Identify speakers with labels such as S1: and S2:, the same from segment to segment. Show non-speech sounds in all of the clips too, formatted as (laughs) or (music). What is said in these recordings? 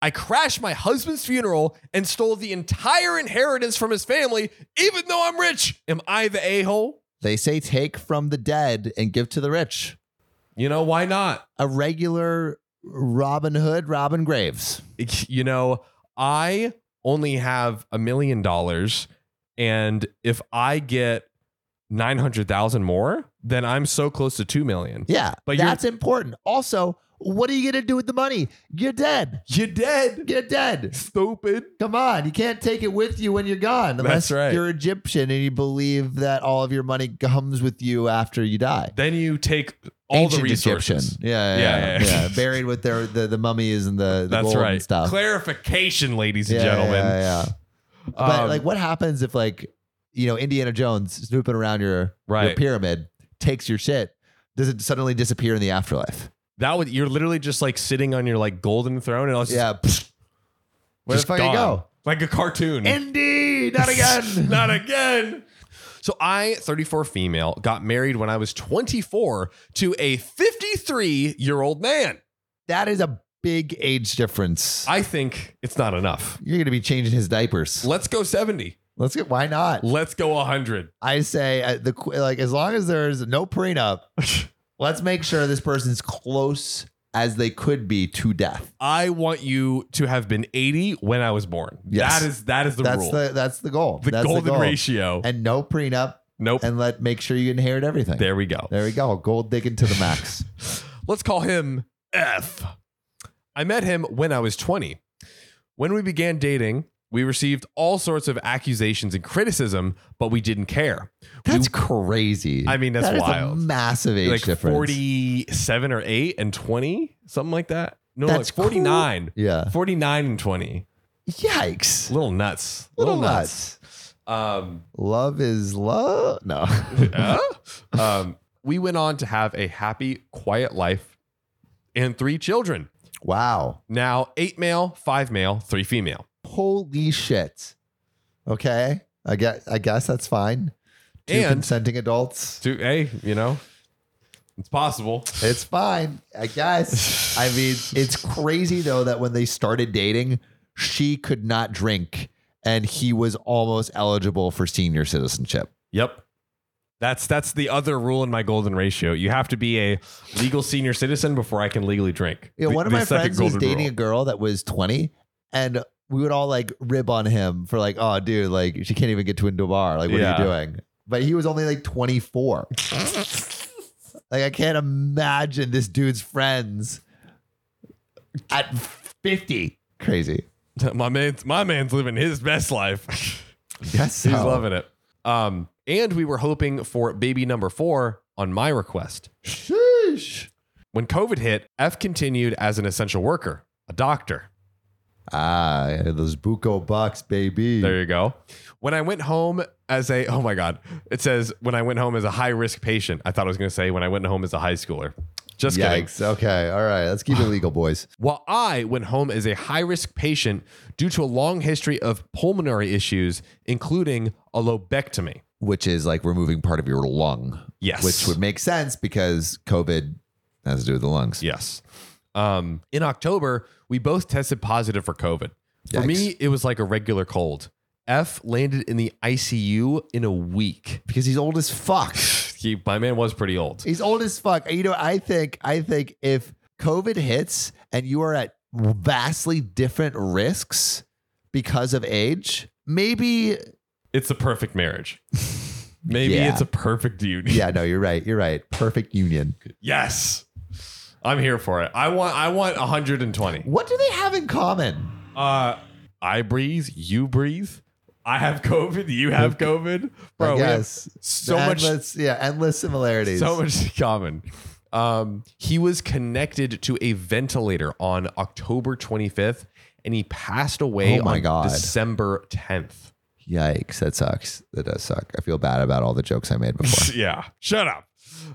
S1: I crashed my husband's funeral and stole the entire inheritance from his family, even though I'm rich. Am I the a hole?
S2: They say take from the dead and give to the rich.
S1: You know, why not? (laughs)
S2: A regular Robin Hood, Robin Graves.
S1: You know, I only have a million dollars. And if I get 900,000 more, then I'm so close to 2 million.
S2: Yeah,
S1: But
S2: but
S1: you're-
S2: that's important. Also, what are you going to do with the money? You're dead.
S1: You're dead.
S2: You're dead.
S1: Stupid.
S2: Come on, you can't take it with you when you're gone unless
S1: right.
S2: you're Egyptian and you believe that all of your money comes with you after you die.
S1: Then you take all
S2: Ancient
S1: the resources.
S2: Egyptian. Yeah,
S1: Yeah,
S2: yeah, yeah,
S1: yeah, yeah.
S2: yeah. Buried with their the, the mummies and the, the
S1: That's
S2: gold
S1: right.
S2: and stuff.
S1: Clarification, ladies
S2: yeah,
S1: and gentlemen.
S2: Yeah, yeah. But
S1: Um,
S2: like, what happens if like you know Indiana Jones snooping around your your
S1: Right.
S2: pyramid takes your shit? Does it suddenly disappear in the afterlife?
S1: that would you're literally just like sitting on your like golden throne and I was just,
S2: Yeah. psh, Where
S1: just
S2: the fuck you
S1: gone.
S2: go?
S1: Like a cartoon.
S2: Indy, not
S1: (laughs)
S2: again.
S1: Not again. So I, 34 female, got married when I was 24 to a 53 year old man.
S2: that is a big age difference.
S1: I think it's not enough.
S2: You're gonna be changing his diapers.
S1: Let's go 70.
S2: Let's get. Why not?
S1: Let's go 100.
S2: I say uh, the qu- like as long as there's no prenup,
S1: (laughs)
S2: let's make sure this person's close as they could be to death.
S1: I want you to have been 80 when I was born.
S2: Yes.
S1: That is that is the
S2: that's
S1: rule. The,
S2: the that's the goal. that's
S1: golden
S2: goal.
S1: ratio.
S2: And no prenup,
S1: nope.
S2: and let make sure you inherit everything.
S1: there we go.
S2: There we go. Gold digging to the
S1: (laughs)
S2: max.
S1: Let's call him F. I met him when I was 20. When we began dating, we received all sorts of accusations and criticism, but we didn't care.
S2: That's
S1: we,
S2: crazy.
S1: I mean, that's
S2: That is a
S1: wild.
S2: massive age
S1: like
S2: difference.
S1: 47 or 8 and 20, something like that. No,
S2: That's
S1: like 49.
S2: Yeah.
S1: 49 and 20.
S2: Yikes.
S1: Little nuts.
S2: Little,
S1: Little
S2: nuts.
S1: Um,
S2: Love is love.
S1: (laughs)
S2: No.
S1: um, we went on to have a happy, quiet life and three children.
S2: (laughs) wow.
S1: Now, eight male, five male, three female.
S2: Holy shit. Okay. I guess, I guess that's fine. Two
S1: And-
S2: consenting adults.
S1: Two, hey, you know, it's possible.
S2: It's fine. I guess. I mean, it's crazy though that when they started dating, she could not drink and he was almost eligible for senior citizenship.
S1: Yep. That's that's the other rule in my golden ratio. You have to be a legal senior citizen before I can legally drink.
S2: Yeah,
S1: The-
S2: one of
S1: the
S2: my
S1: second
S2: friends was
S1: golden
S2: dating a
S1: rule.
S2: girl that was 20 and we would all like rib on him for like, oh dude, like she can't even get to into a bar. Like, what
S1: Yeah.
S2: are you doing? But he was only like 24. (laughs) like I can't imagine this dude's friends at 50. Crazy.
S1: (laughs) my man's my man's living his best life.
S2: Yes.
S1: He's
S2: so.
S1: loving it. Um, and we were hoping for baby number four on my request.
S2: Sheesh.
S1: When COVID hit, F continued as an essential worker, a doctor.
S2: Ah, yeah, those buco bucks, baby.
S1: There you go. When I went home as a, oh my God, it says when I went home as a high risk patient. I thought I was going to say when I went home as a high schooler. Just kidding.
S2: Yikes. Okay. All right. Let's keep it legal, boys.
S1: While I went home as a high risk patient due to a long history of pulmonary issues, including a lobectomy.
S2: Which is like removing part of your lung.
S1: Yes.
S2: which would make sense because COVID has to do with the lungs.
S1: Yes. Um, in October, we both tested positive for COVID. For
S2: Yikes.
S1: me, it was like a regular cold. F landed in the ICU in a week.
S2: Because he's old as fuck.
S1: He, my man was pretty old.
S2: he's old as fuck. You know, I think I think if COVID hits and you are at vastly different risks because of age, maybe
S1: It's a perfect
S2: (laughs)
S1: marriage. Maybe
S2: Yeah.
S1: it's a perfect union.
S2: yeah, no, you're right. You're right. Perfect union.
S1: (laughs) Yes. I'm here for it. I want I want 120.
S2: What do they have in common?
S1: Uh I breathe, you breathe. I have COVID, you have COVID. Bro,
S2: (laughs) I
S1: we have
S2: guess
S1: so much
S2: endless, yeah, endless similarities.
S1: So much in common. Um, he was connected to a ventilator on October 25th, and he passed away
S2: Oh my
S1: on
S2: God.
S1: December 10th.
S2: Yikes, that sucks. That does suck. I feel bad about all the jokes I
S1: (laughs)
S2: made before.
S1: yeah, shut up.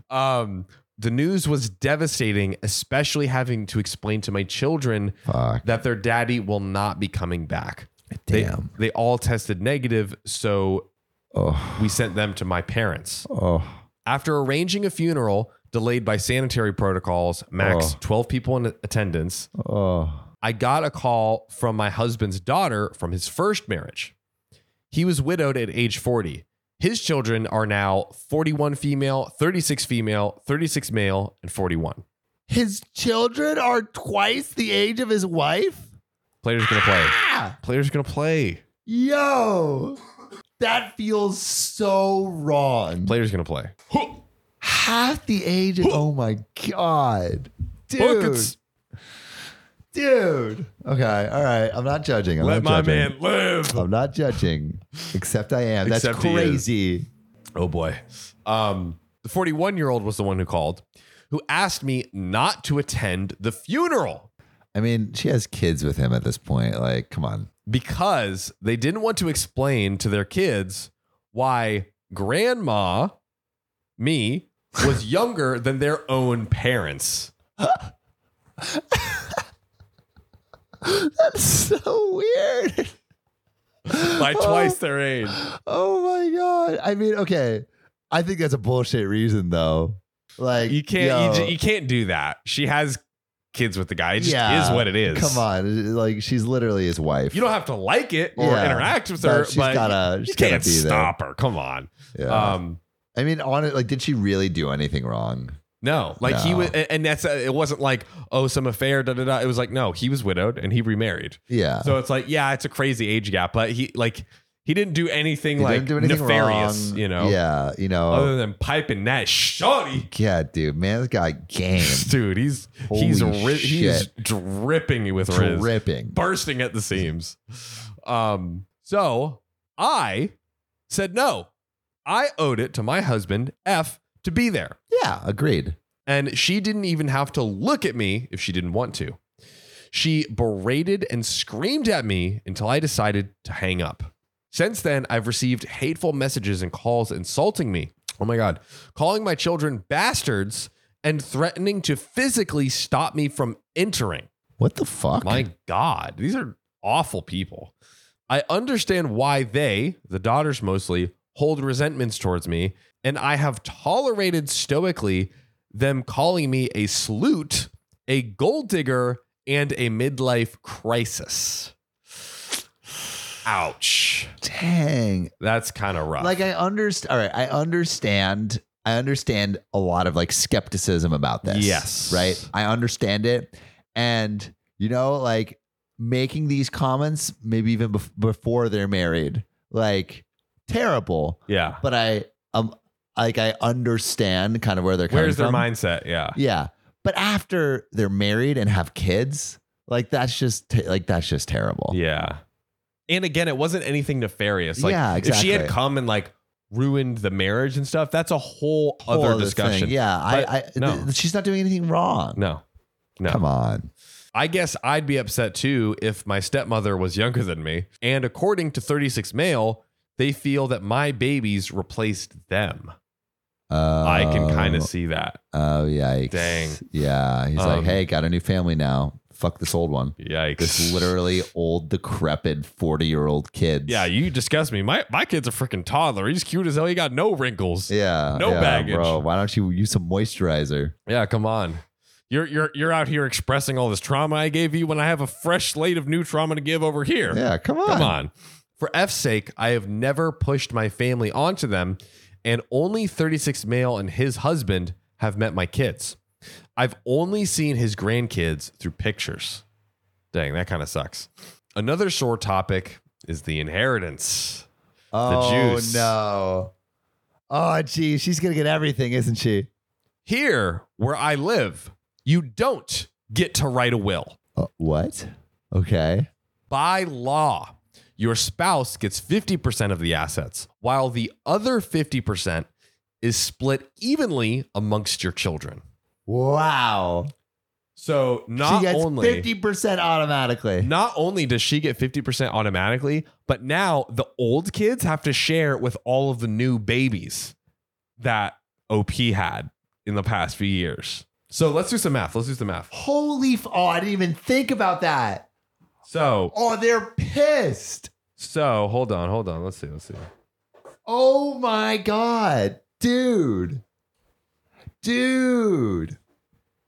S1: Um, the news was devastating, especially having to explain to my children
S2: fuck.
S1: that their daddy will not be coming back. They-
S2: Damn.
S1: they all tested negative, so
S2: oh.
S1: we sent them to my parents.
S2: Oh.
S1: After arranging a funeral delayed by sanitary protocols, max
S2: Oh.
S1: 12 people in attendance,
S2: Oh.
S1: I got a call from my husband's daughter from his first marriage. He was widowed at age 40. His children are now 41 female, 36 female, 36 male, and 41.
S2: His children are twice the age of his wife.
S1: Player's gonna play.
S2: Ah!
S1: Player's gonna play.
S2: Yo, that feels so wrong.
S1: Player's gonna play.
S2: Half the age. Of, oh my god, dude,
S1: Buckets.
S2: dude. Okay, all right. I'm not judging. I'm
S1: Let
S2: not
S1: my man
S2: judging.
S1: live.
S2: I'm not judging, except I am. That's
S1: Except he is.
S2: crazy.
S1: Oh boy. Um, the 41 year old was the one who called, who asked me not to attend the funeral
S2: I mean, she has kids with him at this point. Like, come on. (laughs)
S1: because they didn't want to explain to their kids why grandma, me, was
S2: (laughs)
S1: younger than their own parents.
S2: That's so weird. (laughs)
S1: By twice their age.
S2: Oh my god. I mean, okay. I think that's a bullshit reason though. Like
S1: You can't you,
S2: yo,
S1: ju- you can't do that. She has kids with the guy. It just
S2: Yeah.
S1: is what it is.
S2: come on. Like she's literally his wife.
S1: You don't have to like it or
S2: Yeah.
S1: interact with
S2: But
S1: her,
S2: she's
S1: but
S2: gotta-
S1: you
S2: she's gotta
S1: can't
S2: be there.
S1: stop her. Come on.
S2: Yeah.
S1: Um,
S2: I mean, on it, like, did she really do anything wrong?
S1: no, like he
S2: No.
S1: was, and that's uh, it. Wasn't like oh some affair, da da da. It was like no, he was widowed and he remarried.
S2: Yeah.
S1: So it's like yeah, it's a crazy age gap, but he like he didn't do anything
S2: He
S1: like
S2: didn't do anything
S1: nefarious,
S2: wrong.
S1: you know.
S2: Yeah, you know.
S1: Other than piping that shorty,
S2: yeah, dude, man's got game
S1: (laughs) dude, he's he's
S2: Holy
S1: ri- he's
S2: shit.
S1: dripping with riz.
S2: dripping.
S1: bursting at the seams. Um, so I said no. I owed it to my husband, F, to be there.
S2: Yeah, agreed.
S1: And she didn't even have to look at me if she didn't want to. She berated and screamed at me until I decided to hang up. Since then, I've received hateful messages and calls insulting me. Oh my God. Calling my children bastards and threatening to physically stop me from entering.
S2: What the fuck?
S1: My God, these are awful people. I understand why they, the daughters mostly, hold resentments towards me, and I have tolerated stoically them calling me a sloot, a gold digger, and a midlife crisis. Ouch.
S2: Dang.
S1: That's kind of rough.
S2: Like I understand. All right, I understand. I understand a lot of like skepticism about this.
S1: Yes.
S2: right. I understand it, and you know, like making these comments, maybe even bef- before they're married, like terrible. (laughs)
S1: yeah.
S2: But I um, like I understand kind of where they're coming
S1: Where's their
S2: from.
S1: mindset? Yeah.
S2: Yeah, but after they're married and have kids, like that's just te- like that's just terrible.
S1: Yeah. And again, it wasn't anything nefarious. Like
S2: Yeah,
S1: if she had
S2: exactly.
S1: come and like ruined the marriage and stuff, that's a whole,
S2: Whole
S1: other
S2: thing.
S1: discussion.
S2: Yeah,
S1: But
S2: I, I
S1: no.
S2: th- she's not doing anything wrong.
S1: No. No.
S2: Come on.
S1: I guess I'd be upset too if my stepmother was younger than me. And according to 36 male, they feel that my babies replaced them.
S2: Uh,
S1: I can kind of see that.
S2: Oh yikes!
S1: Dang.
S2: Yeah, he's
S1: Um,
S2: like, hey, got a new family now. Fuck this old one.
S1: Yikes. (laughs)
S2: This literally old, decrepit, forty-year-old kid.
S1: Yeah, you disgust me. My my kid's a freaking toddler. He's cute as hell. He got no wrinkles.
S2: Yeah.
S1: No
S2: yeah,
S1: baggage.
S2: bro. Why don't you use some moisturizer?
S1: Yeah, come on. You're you're you're out here expressing all this trauma I gave you when I have a fresh slate of new trauma to give over here.
S2: Yeah, come on.
S1: Come on. For F's sake, I have never pushed my family onto them, and only 36 male and his husband have met my kids. I've only seen his grandkids through pictures. Dang, that kind of sucks. Another sore topic is the inheritance.
S2: Oh
S1: juice.
S2: no. Oh geez, she's gonna get everything, isn't she?
S1: Here, where I live, you don't get to write a will.
S2: Uh, what? Okay.
S1: by law, your spouse gets 50% of the assets, while the other 50% is split evenly amongst your children.
S2: Wow.
S1: So not
S2: she gets
S1: only
S2: fifty percent automatically.
S1: not only does she get 50% automatically, but now the old kids have to share it with all of the new babies that OP had in the past few years. So let's do some math. Let's do some math.
S2: Holy! F- oh, I didn't even think about that.
S1: So,
S2: Oh, they're pissed.
S1: so hold on, hold on. Let's see. Let's see.
S2: Oh my god, dude, dude.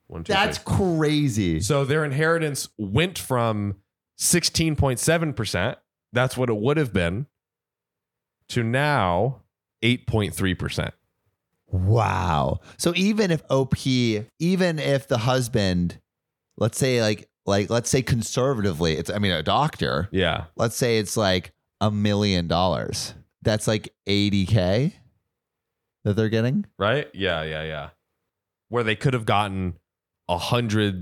S1: One, two,
S2: That's
S1: three.
S2: crazy.
S1: So their inheritance went from 16.7%, that's what it would have been, to now 8.3%.
S2: Wow. So even if OP, even if the husband, let's say like like let's say conservatively, it's I mean a doctor,
S1: Yeah.
S2: let's say it's like a million dollars. That's like 80k that they're getting.
S1: Right? Yeah, yeah, yeah. Where they could have gotten 160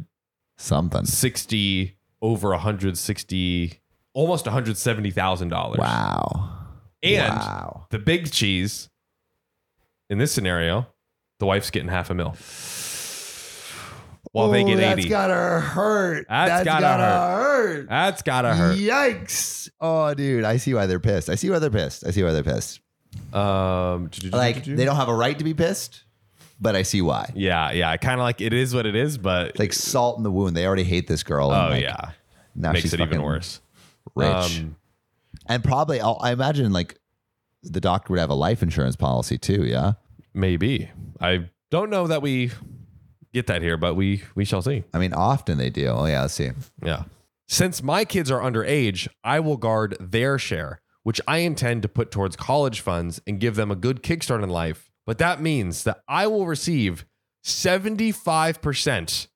S2: Something.
S1: over 160 almost $170,000.
S2: Wow.
S1: And
S2: wow.
S1: the big cheese in this scenario, the wife's getting half a mil. While they
S2: Ooh,
S1: get
S2: that's
S1: 80.
S2: gotta hurt.
S1: That's gotta
S2: hurt.
S1: That's gotta hurt.
S2: Yikes. Oh, dude, I see why they're pissed. I see why they're pissed. I see why they're pissed.
S1: Um,
S2: Like they don't have a right to be pissed, but I see why.
S1: Yeah, yeah. Kind of like it is what it is, but
S2: like salt in the wound. They already hate this girl.
S1: oh
S2: and, like,
S1: yeah,
S2: now
S1: makes
S2: she's
S1: it even
S2: fucking
S1: worse.
S2: Rich,
S1: Um,
S2: and probably I'll, I imagine like the doctor would have a life insurance policy too. Yeah,
S1: maybe I don't know that we get that here, but we we shall see.
S2: I mean, often they do. Oh yeah, let's see.
S1: Yeah. Since my kids are underage, I will guard their share, which I intend to put towards college funds and give them a good kickstart in life. But that means that I will receive seventy five percent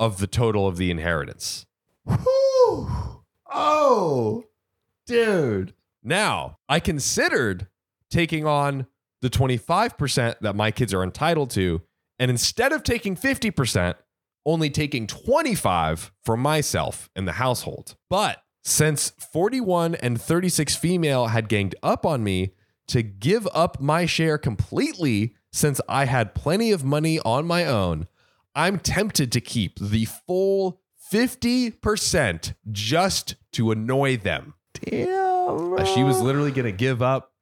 S1: of the total of the inheritance.
S2: Oh, dude.
S1: Now, I considered taking on the 25% that my kids are entitled to, and instead of taking 50%, only taking 25 for myself and the household. But since 41 and 36 female had ganged up on me to give up my share completely since I had plenty of money on my own, I'm tempted to keep the full 50% just to annoy them.
S2: Damn.
S1: Uh, She was literally going to give up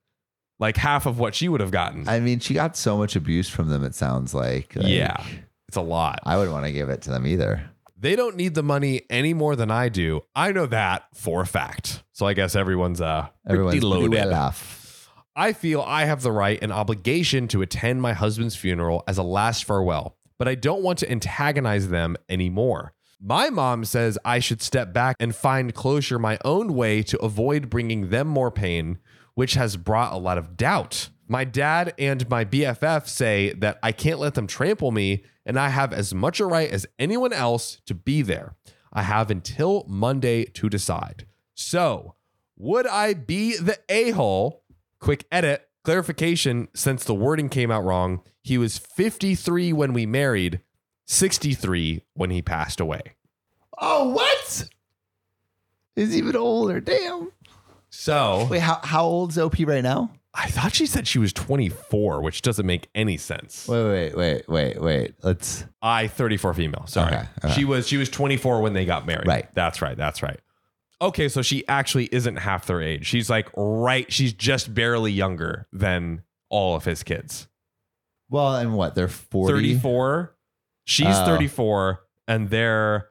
S1: like half of what she would have gotten.
S2: I mean, she got so much abuse from them. It sounds like. Like,
S1: yeah, it's a lot.
S2: I wouldn't want to give it to them either.
S1: They don't need the money any more than I do. I know that for a fact. So I guess everyone's uh pretty
S2: Everyone's pretty
S1: loaded.
S2: well off.
S1: I feel I have the right and obligation to attend my husband's funeral as a last farewell, but I don't want to antagonize them anymore. My mom says I should step back and find closure my own way to avoid bringing them more pain, which has brought a lot of doubt. My dad and my BFF say that I can't let them trample me, and I have as much a right as anyone else to be there. I have until Monday to decide. So, would I be the a hole? Quick edit clarification since the wording came out wrong. He was 53 when we married, 63 when he passed away.
S2: Oh, what? Is even older. Damn.
S1: So
S2: Wait, how how old's OP right now?
S1: I thought she said she was 24, which doesn't make any sense.
S2: Wait, wait, wait, wait, wait. Let's.
S1: I 34 female. Sorry.
S2: Okay, okay.
S1: She was she was 24 when they got married.
S2: Right.
S1: That's right. That's right. Okay, so she actually isn't half their age. She's like right, she's just barely younger than all of his kids.
S2: Well, and what? They're 40.
S1: 34. She's
S2: Oh.
S1: 34 and they're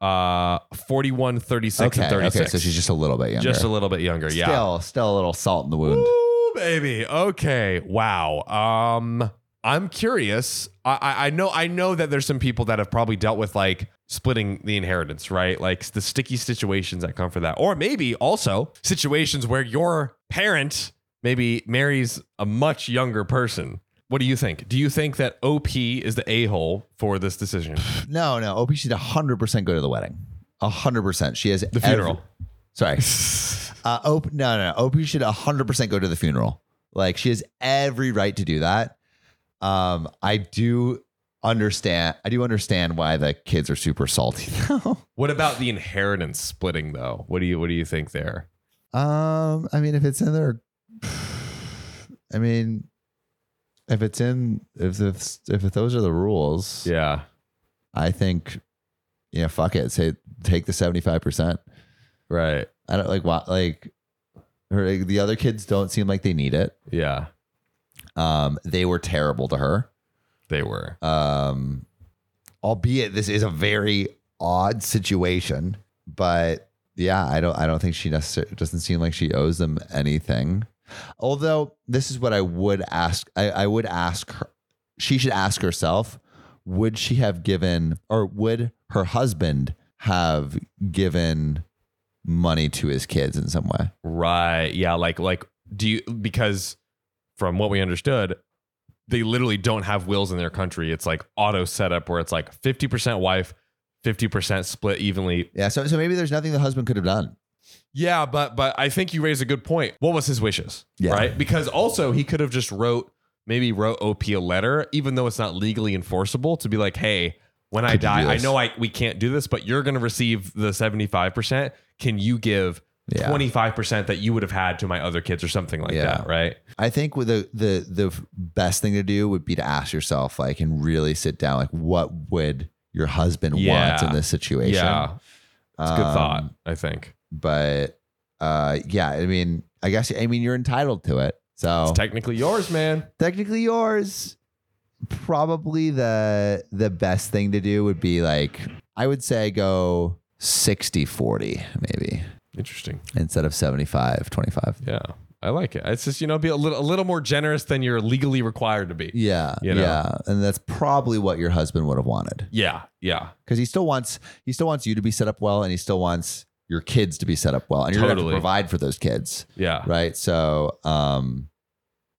S1: uh 41, 36
S2: okay,
S1: and 36.
S2: okay. So she's just a little bit younger.
S1: just a little bit younger. Yeah.
S2: Still, still a little salt in the wound.
S1: Ooh, baby. Okay. Wow. Um, I'm curious. I, I I know I know that there's some people that have probably dealt with like splitting the inheritance, right? Like the sticky situations that come for that, or maybe also situations where your parent maybe marries a much younger person. What do you think? Do you think that OP is the a hole for this decision?
S2: No, no. OP should 100% go to the wedding. 100%. She has
S1: The funeral.
S2: (laughs) Sorry. Uh, OP, no, no, no. OP should 100% go to the funeral. Like, she has every right to do that. Um, I do understand. I do understand why the kids are super salty, (laughs) though.
S1: What about the inheritance splitting though? What do you what do you think there?
S2: Um, I mean, if it's in there, (sighs) I mean, if it's in, if if if those are the rules,
S1: Yeah.
S2: I think, yeah, fuck it, say take the seventy five percent.
S1: Right.
S2: I don't like why like, her, like the other kids don't seem like they need it.
S1: Yeah.
S2: Um, they were terrible to her.
S1: They were.
S2: Um, albeit this is a very odd situation, but yeah, I don't I don't think she necessarily doesn't seem like she owes them anything. Although this is what I would ask I, I would ask her she should ask herself, would she have given or would her husband have given money to his kids in some way?
S1: Right. Yeah. Like, like, do you, because from what we understood, they literally don't have wills in their country. It's like auto setup where it's like 50% wife, 50% split evenly.
S2: Yeah, so so maybe there's nothing the husband could have done.
S1: Yeah. But, but I think you raise a good point. What was his wishes?
S2: Yeah.
S1: Right. Because also he could have just wrote, maybe wrote OP a letter, even though it's not legally enforceable to be like, Hey, when I
S2: Could you do
S1: die, I
S2: this?
S1: know I, we can't do this, but you're going to receive the 75%. Can you give
S2: Yeah.
S1: 25% that you would have had to my other kids or something like
S2: Yeah.
S1: that, right?
S2: I think with the the the best thing to do would be to ask yourself like and really sit down like what would your husband want
S1: Yeah.
S2: in this situation?
S1: Yeah. It's a good
S2: Um,
S1: thought, I think.
S2: But uh yeah, I mean, I guess I mean you're entitled to it. So
S1: It's technically yours, man.
S2: technically yours. Probably the the best thing to do would be like I would say go 60 40 maybe
S1: Interesting.
S2: instead of 75 25.
S1: Yeah. I like it. It's just, you know, be a little a little more generous than you're legally required to be.
S2: Yeah.
S1: You know?
S2: Yeah. And that's probably what your husband would have wanted.
S1: Yeah. Yeah.
S2: Because he still wants he still wants you to be set up well and he still wants your kids to be set up well. And you're gonna have
S1: Totally.
S2: to provide for those kids.
S1: Yeah.
S2: Right. So um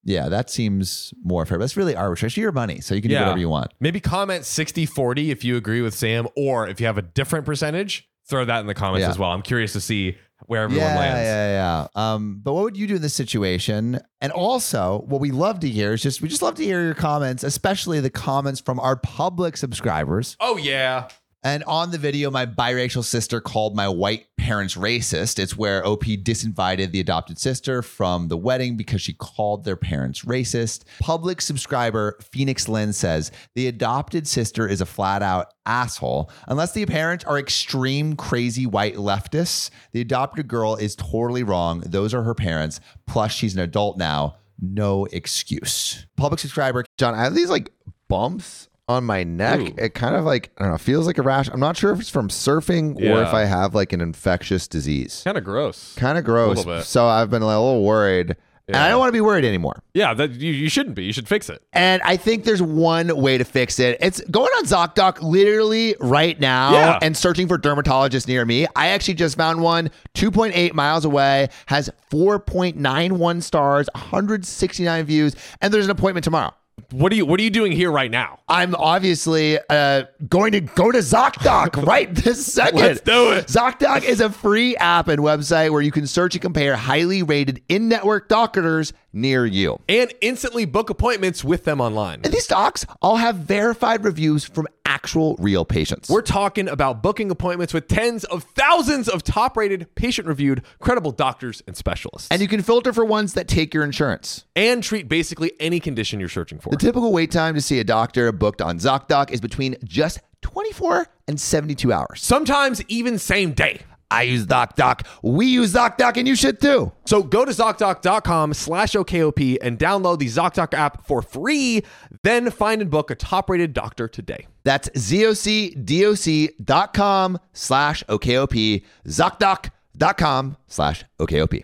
S2: yeah, that seems more fair. But it's really arbitrary. It's your money. So you can
S1: Yeah.
S2: do whatever you want.
S1: Maybe comment 60 40 if you agree with Sam, or if you have a different percentage, throw that in the comments
S2: Yeah.
S1: as well. I'm curious to see where everyone
S2: yeah,
S1: lands.
S2: Yeah, yeah. Um, but what would you do in this situation? And also, what we love to hear is just we just love to hear your comments, especially the comments from our public subscribers.
S1: Oh, yeah.
S2: And on the video, my biracial sister called my white parents racist. It's where OP disinvited the adopted sister from the wedding because she called their parents racist. Public subscriber Phoenix Lynn says the adopted sister is a flat out asshole. Unless the parents are extreme crazy white leftists, the adopted girl is totally wrong. Those are her parents. Plus, she's an adult now. No excuse.
S3: public subscriber. John, I have these like bumps on my neck.
S1: Ooh.
S3: It kind of like, I don't know, feels like a rash. I'm not sure if it's from surfing or
S1: Yeah.
S3: if I have like an infectious disease.
S1: Kind of gross.
S3: Kind of gross.
S1: little bit.
S3: So I've been a little worried. And I
S1: Yeah.
S3: don't want to be worried anymore.
S1: Yeah. That you, you shouldn't be. You should fix it.
S3: And I think there's one way to fix it. It's going on ZocDoc literally right now
S1: Yeah.
S3: and searching for dermatologists near me. I actually just found one 2.8 miles away, has 4.91 stars, 169 views, and there's an appointment tomorrow.
S1: What are you what are you doing here right now?
S3: I'm obviously uh, going to go to
S1: (laughs)
S3: ZocDoc right this second.
S1: Let's do it.
S3: ZocDoc is a free app and website where you can search and compare highly rated in network doctors near you.
S1: And instantly book appointments with them online.
S3: And these docs all have verified reviews from actual real patients.
S1: We're talking about booking appointments with tens of thousands of top rated, patient reviewed, credible doctors and specialists.
S3: and
S1: And,
S3: you can filter for ones that take your insurance.
S1: treat basically any condition you're searching for.
S3: The typical wait time to see a doctor booked on ZocDoc is between just 24 and 72 hours.
S1: Sometimes even same day.
S3: I use ZocDoc. We use ZocDoc, and you should too.
S1: So go to ZocDoc.com slash OKOP and download the ZocDoc app for free. Then find and book a top rated doctor today.
S3: That's zocdoc.com slash OKOP, zocdoc.com slash OKOP.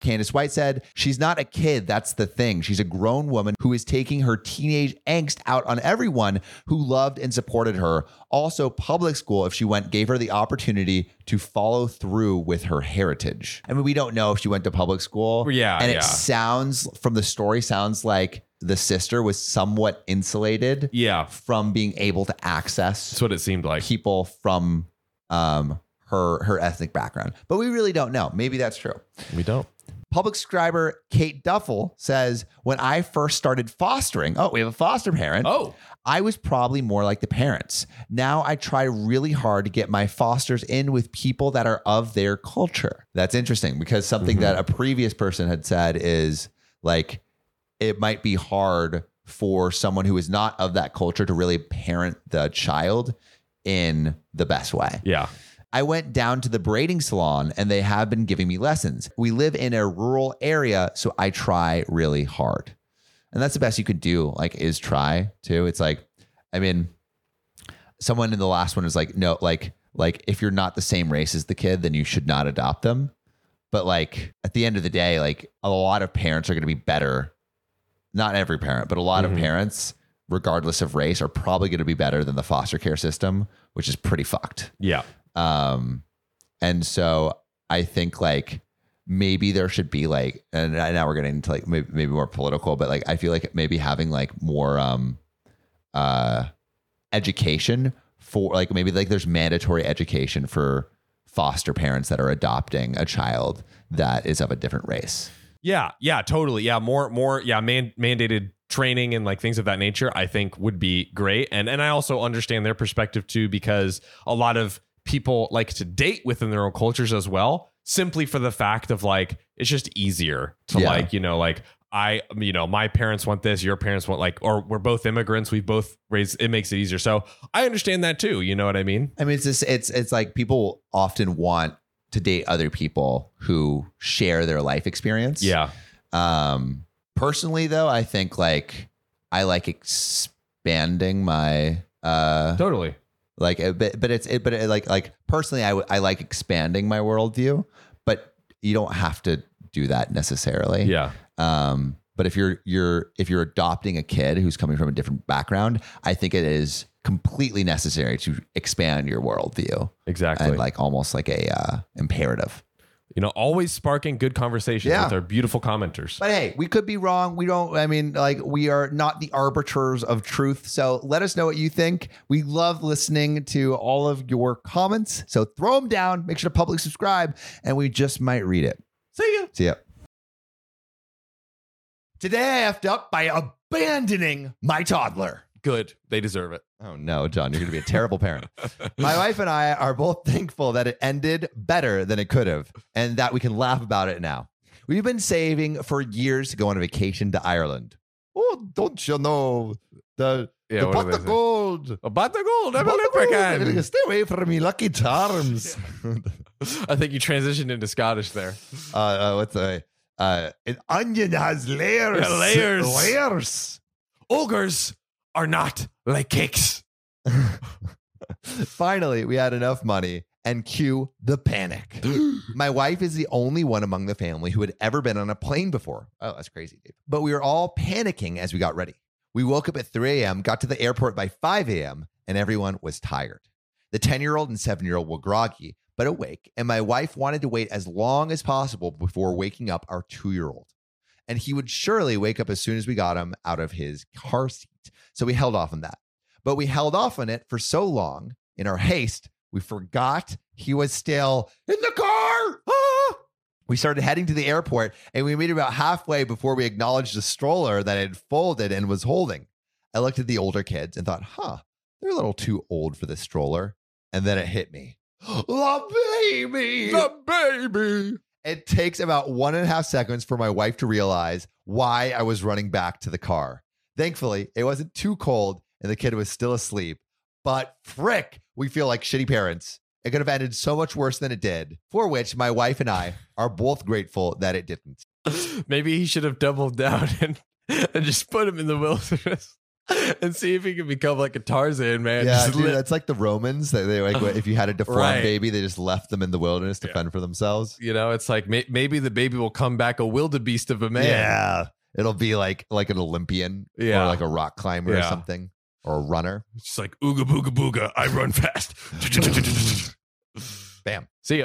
S2: Candace White said, She's not a kid. That's the thing. She's a grown woman who is taking her teenage angst out on everyone who loved and supported her. Also, public school, if she went, gave her the opportunity to follow through with her heritage. I mean, we don't know if she went to public school.
S1: Yeah,
S2: And
S1: yeah.
S2: it sounds from the story, sounds like the sister was somewhat insulated
S1: Yeah,
S2: from being able to access
S1: that's what it seemed like.
S2: people from um, her her ethnic background. But we really don't know. Maybe that's true.
S1: We don't.
S2: Public subscriber Kate Duffel says, When I first started fostering, oh, we have a foster parent.
S1: Oh,
S2: I was probably more like the parents. Now I try really hard to get my fosters in with people that are of their culture. That's interesting because something that a previous person had said is like, it might be hard for someone who is not of that culture to really parent the child in the best way.
S1: Yeah.
S2: I went down to the braiding salon and they have been giving me lessons. We live in a rural area, so I try really hard. And that's the best you could do, like, is try too. It's like, I mean, someone in the last one was like, no, like, like if you're not the same race as the kid, then you should not adopt them. But like at the end of the day, like a lot of parents are gonna be better. Not every parent, but a lot
S1: Mhm.
S2: of parents, regardless of race, are probably gonna be better than the foster care system, which is pretty fucked.
S1: Yeah.
S2: Um, and so I think like maybe there should be like, and I- now we're getting into like maybe, maybe more political, but like I feel like maybe having like more um, uh, education for like maybe like there's mandatory education for foster parents that are adopting a child that is of a different race.
S1: Yeah, yeah, totally. Yeah, more, more, yeah, man, mandated training and like things of that nature, I think would be great. And and I also understand their perspective too, because a lot of people like to date within their own cultures as well, simply for the fact of like it's just easier to
S2: Yeah.
S1: like, you know, like I, you know, my parents want this, your parents want like, or we're both immigrants, we've both raised it makes it easier. So I understand that too. You know what I mean?
S2: I mean, it's just, it's it's like people often want to date other people who share their life experience.
S1: Yeah.
S2: Um, personally, though, I think like I like expanding my uh
S1: Totally.
S2: like, uh, but but it's it, but it, like like personally, I w- I like expanding my worldview, but you don't have to do that necessarily.
S1: Yeah.
S2: Um, but if you're you're if you're adopting a kid who's coming from a different background, I think it is completely necessary to expand your worldview
S1: Exactly.
S2: and like almost like a uh, imperative.
S1: you know, always sparking good conversations
S2: Yeah.
S1: with our beautiful commenters.
S2: But hey, we could be wrong. We don't, I mean, like, we are not the arbiters of truth. So let us know what you think. We love listening to all of your comments. So throw them down, make sure to public subscribe, and we just might read it.
S1: See ya.
S2: See ya.
S3: Today I effed up by abandoning my toddler.
S1: Good. They deserve it.
S2: Oh no, John, you're going to be a terrible parent. (laughs) My wife and I are both thankful that it ended better than it could have and that we can laugh about it now. We've been saving for years to go on a vacation to Ireland. Oh, don't you know the,
S1: Yeah,
S2: the
S1: what do
S2: pot
S1: they
S2: of
S1: say?
S2: gold?
S1: About the gold, I'm a leprechaun.
S2: Stay away from me, lucky charms.
S1: (laughs) I think you transitioned into Scottish there.
S2: (laughs) uh, uh, what's the uh, an onion has layers,
S1: Yeah, layers.
S2: layers.
S1: Ogres are not like cakes.
S2: (laughs) Finally, we had enough money and cue the panic. My wife is the only one among the family who had ever been on a plane before. Oh, that's crazy, dude. But we were all panicking as we got ready. We woke up at 3 a.m., got to the airport by 5 a.m., and everyone was tired. The 10 year old and 7 year old were groggy, but awake, and my wife wanted to wait as long as possible before waking up our 2 year old. And he would surely wake up as soon as we got him out of his car seat. So we held off on that. But we held off on it for so long in our haste, we forgot he was still in the car. Ah! We started heading to the airport and we made it about halfway before we acknowledged the stroller that had folded and was holding. I looked at the older kids and thought, huh, they're a little too old for this stroller. And then it hit me. (gasps) The baby.
S1: baby.
S2: It takes about one and a half seconds for my wife to realize why I was running back to the car. Thankfully, it wasn't too cold and the kid was still asleep. But frick, we feel like shitty parents. It could have ended so much worse than it did, for which my wife and I are both grateful that it didn't.
S1: Maybe he should have doubled down (laughs) and, and just put him in the wilderness (laughs) and see if he could become like a Tarzan man.
S2: yeah,
S1: Just
S2: dude,
S1: li-
S2: that's like the Romans. That they like, if you
S1: (laughs)
S2: had a deformed
S1: Right.
S2: baby, they just left them in the wilderness to
S1: Yeah.
S2: fend for themselves.
S1: you know, it's like may- maybe the baby will come back a wildebeest of a man.
S2: Yeah, it'll be like like an Olympian
S1: Yeah.
S2: or like a rock climber or
S1: Yeah.
S2: something or a runner.
S1: It's just like ooga booga booga. I run (laughs) fast.
S2: Bam.
S1: See ya.